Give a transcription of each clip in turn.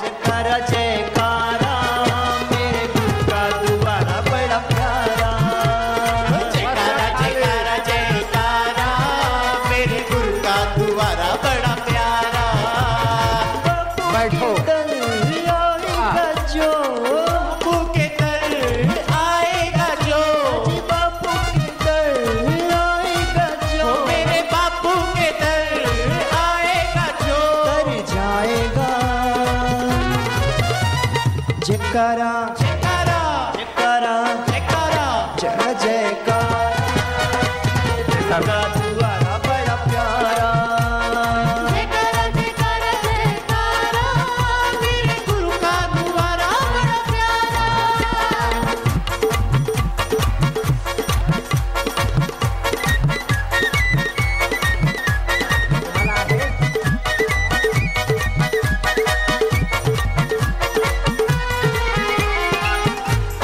जयकारा जयकारा मेरे गुरु का दुबारा बड़ा प्यारा जयकारा जयकारा जयकारा मेरे गुरु का दुबारा बड़ा प्यारा बैठो। कन्हैया का जो बापू के दर आएगा जो जी बापू के दर आएगा जो मेरे बापू के दर आएगा जो कर जाएगा जयकारा जयकारा जयकारा जयकारा जय जयकारा का दुआरा बड़ा प्यारा जयकारा जयकारा जयकारा मेरे गुरु का दुआरा बड़ा प्यारा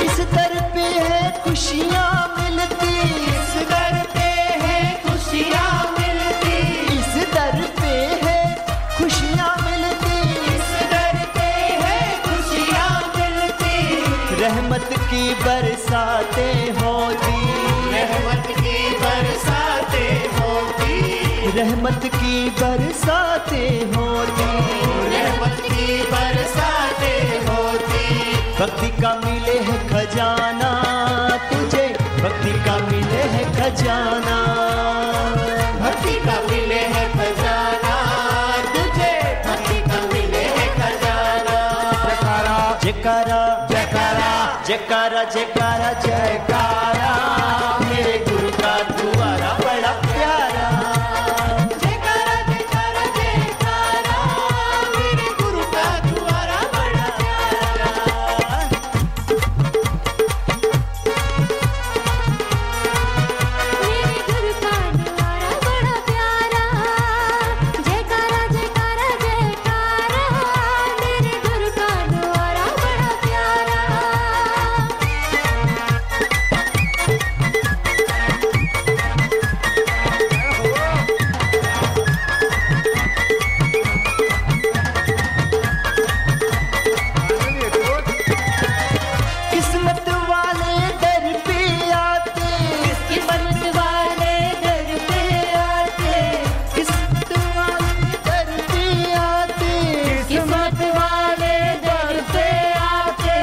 इस दर पे है खुशियाँ मिलती इस दर पे है खुशियाँ मिलती इस दर पे है खुशियाँ मिलती इस दर पे है खुशियाँ मिलती रहमत की बरसाते होती रहमत की बरसाते होती रहमत की बरसाते होती रहमत की बरसाते होती भक्ति का मिले है खजाना तुझे भक्ति का मिले है खजाना भक्ति का मिले है खजाना तुझे भक्ति का मिले है खजाना जयकारा जयकारा जयकारा जयकारा जयकारा जयकारा मेरे गुरु का दुआरा बड़ा प्यारा जयकारा जयकारा जयकारा मेरे गुरु का दुआरा बड़ा प्यारा मेरे गुरु का दुआरा बड़ा प्यारा जयकारा जयकारा जयकारा मेरे गुरु का दुआरा बड़ा प्यारा किस्मत वाले दर पे आते किस्मत वाले दर पे आते किस्मत वाले दर पे आते किस्मत वाले दर पे आते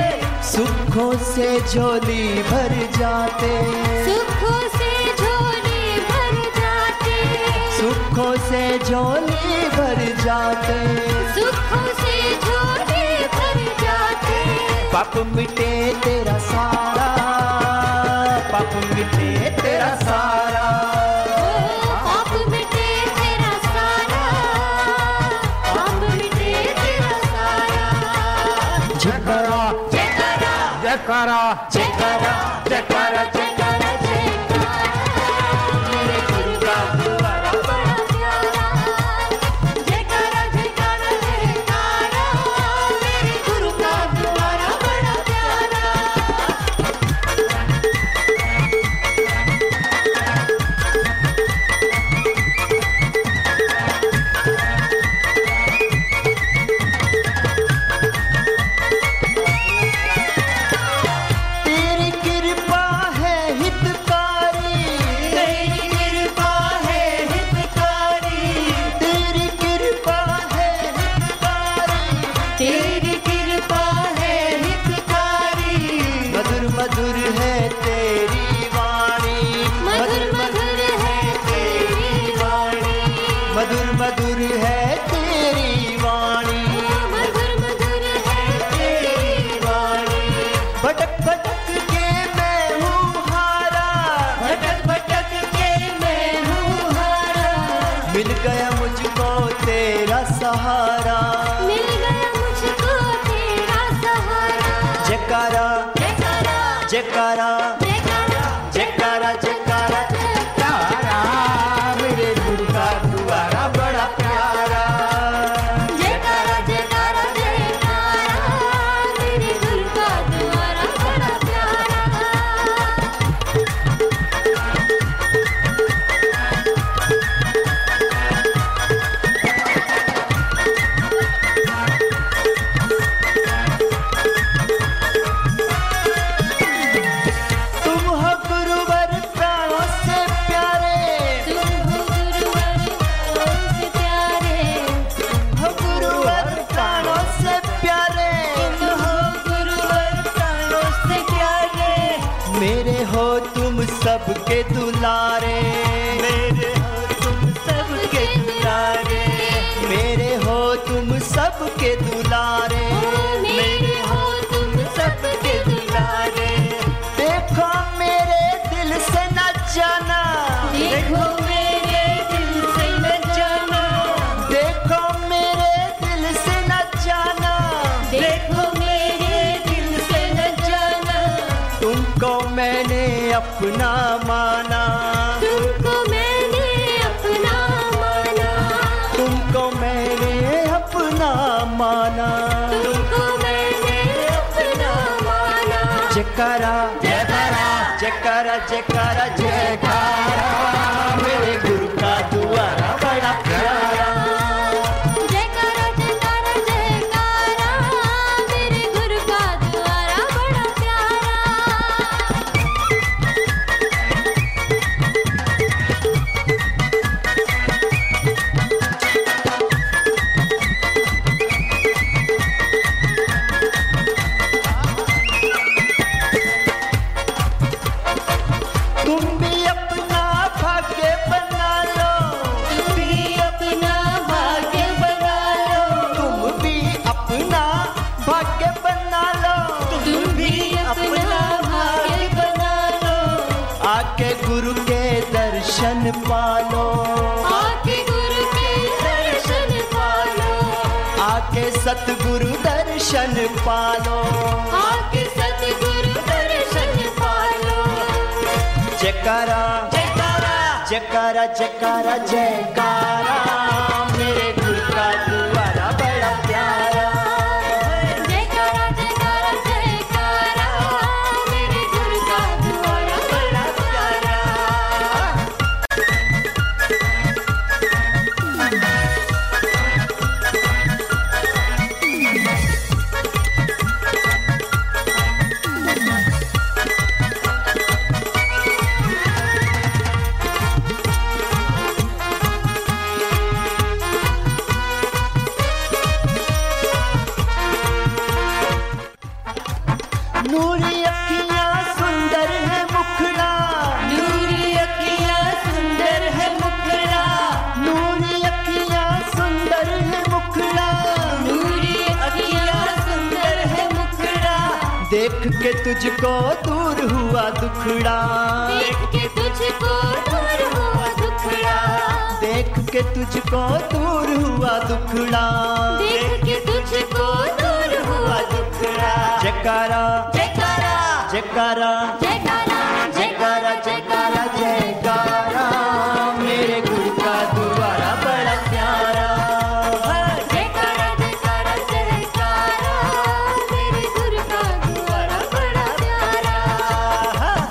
सुखों से झोली भर जाते सुखों से झोली भर जाते सुखों से झोली भर जाते सुखों से झोली भर जाते पाप मिटे तेरा सारा पाप मिटे तेरा सारा ओ पाप मिटे तेरा सारा पाप मिटे तेरा सारा जयकारा जयकारा जयकारा जयकारा जयकारा जयकारा जयकारा मेरे गुरु का दुआरा बड़ा प्यारा जयकारा जयकारा जयकारा मेरे गुरु का दुआरा बड़ा प्यारा तेरी कृपा है हितकारी तेरी कृपा है हितकारी तेरी कृपा है हितकारी तेरी कृपा है हितकारी मधुर मधुर है तेरी वाणी मधुर मधुर है तेरी वाणी मधुर मधुर है तेरी वाणी मधुर मधुर है तेरी वाणी भटक भटक के मैं हूँ हारा भटक भटक के मैं हूँ हारा मिल गया मुझको तेरा सहारा मिल गया मुझको तेरा सहारा जयकारा जयकारा जयकारा जयकारा जयकारा जयकारा जयकारा मेरे गुरु का दुआरा बड़ा प्यारा जयकारा जयकारा जयकारा मेरे गुरु का द्वारा बड़ा प्यारा जयकारा सबके दुलारे मेरे हो तुम सबके दुलारे मेरे हो तुम सबके दुलारे मेरे हो तुम सबके दुलारे देखो मेरे दिल से न जाना देखो मेरे दिल से न जाना देखो मेरे दिल से न जाना देखो मेरे दिल से न जाना तुमको मैंने अपना माना तुमको मैंने अपना माना तुमको मैंने अपना माना तुमको मैंने अपना माना जयकारा जयकारा जयकारा जयकारा जयकारा मेरे गुरु का दुआरा बड़ा प्यारा जयकारा जयकारा जयकारा मेरे गुरु का द्वारा बड़ा प्यारा तुम भी अपना भाग्य बना लो तुम भी अपना भाग्य बना लो तुम भी अपना भाग्य बना लो तुम भी अपना भाग्य बना लो आके गुरु के दर्शन पालो आके गुरु के दर्शन पालो आके सतगुरु दर्शन पालो आके सतगुरु दर्शन पालो जयकारा जयकारा जयकारा जयकारा जयकारा मेरे गुरु का द्वारा बड़ा प्यारा जयकारा जयकारा जयकारा मेरे गुरु का द्वारा बड़ा प्यारा नूरी अखियां सुंदर है मुखड़ा दूरी अखियां सुंदर है मुखड़ा नूरी अखियां सुंदर है मुखड़ा दूरी अखियां सुंदर है मुखड़ा देख के तुझको दूर हुआ दुखड़ा देख के तुझको दूर हुआ दुखड़ा देख के तुझको दूर हुआ दुखड़ा देख के तुझको दूर हुआ दुखड़ा जयकारा जयकारा जयकारा जयकारा जयकारा जयकारा जयकारा मेरे गुरु का द्वारा बड़ा प्यारा जयकारा जयकारा जयकारा मेरे गुरु का द्वारा बड़ा प्यारा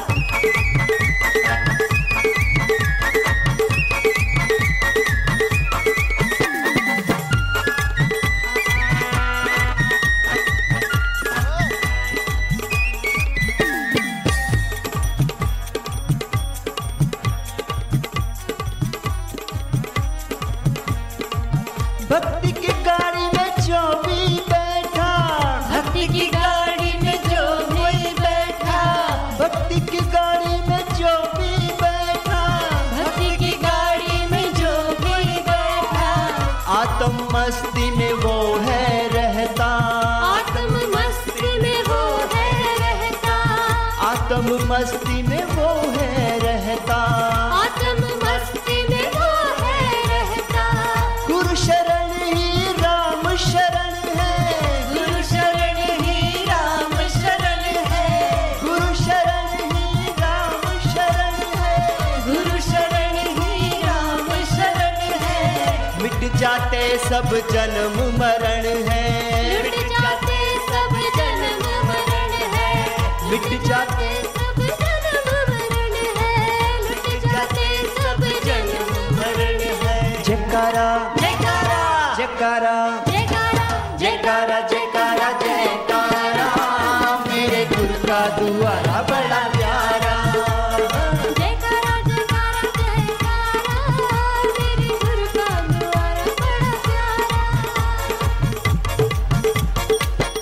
भक्ति की गाड़ी में जो भी बैठा भक्ति की गाड़ी में जो कोई बैठा भक्ति की गाड़ी में जो भी बैठा भक्ति की गाड़ी में जो कोई बैठा आत्म मस्ती में वो है रहता आत्म मस्ती में वो है रहता आत्म मस्ती में वो है रहता आत्म मस्ती में वो है रहता गुरु शरण ही राम शरण है गुरु शरण ही राम शरण है गुरु शरण ही राम शरण है गुरु शरण ही राम शरण है मिट जाते सब जन्म मरण है लुट जाते सब जन्म मरण है मिट जाते सब जन्म मरण है लुट जाते सब जन्म मरण है जयकारा जयकारा जयकारा जयकारा जयकारा जयकारा जयकारा जयकारा मेरे गुरु का द्वारा बड़ा प्यारा जयकारा जयकारा जयकारा मेरे गुरु का द्वारा बड़ा प्यारा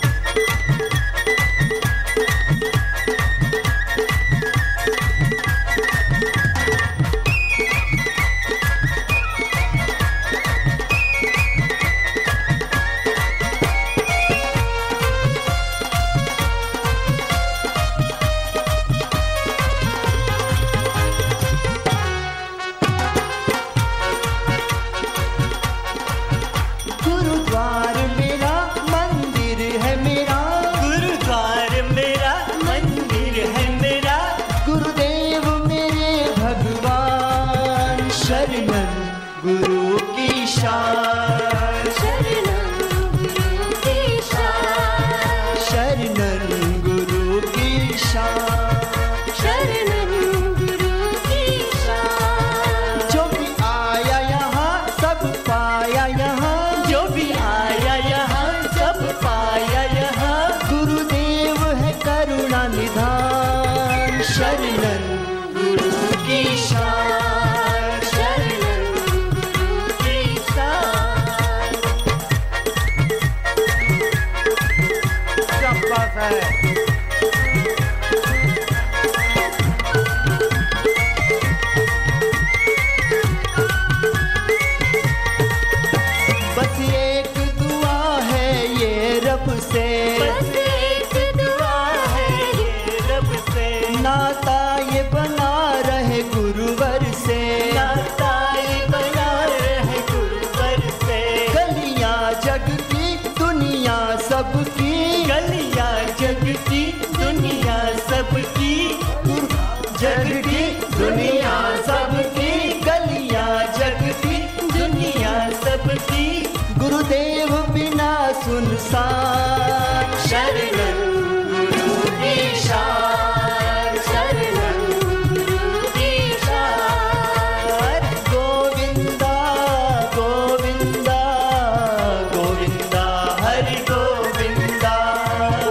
पास है बस एक दुआ है ये रब से बस एक दुआ है ये रब से नाता ये बना रहे गुरुवर से नाता ये बना रहे गुरुवर से गलियां जग की दुनिया सबकी गलियां जग की दुनिया सबकी जग की दुनिया सबकी गलियां जग की दुनिया सबकी गुरुदेव बिना सुनसान शरणन ईशान शरणं ईशान हर गोविंदा गोविंदा गोविंदा हरि गोविंदा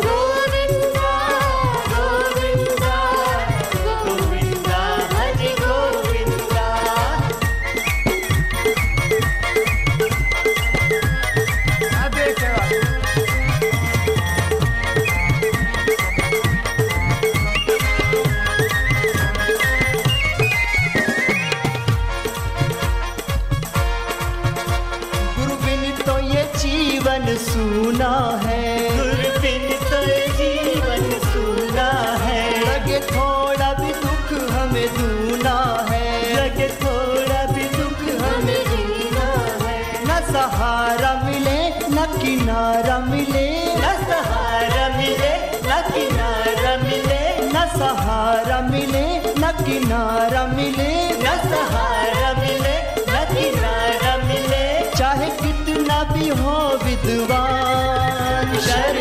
गोविन्दा गोविन्दा गोविन्दा गोविंदा हरि गोविंदा अब एक गुरु बिन तो ये जीवन सूना है गुरु बिन तो ये जीवन सूना है लगे थोड़ा भी दुख हमें दूना है लगे थोड़ा भी दुख हमें दूना है न सहारा मिले न किनारा मिले न सहारा मिले न किनारा मिले न सहारा मिले न किनारा मिले न सहारा मिले न किनारा मिले चाहे कितना भी हो विद्वान शरण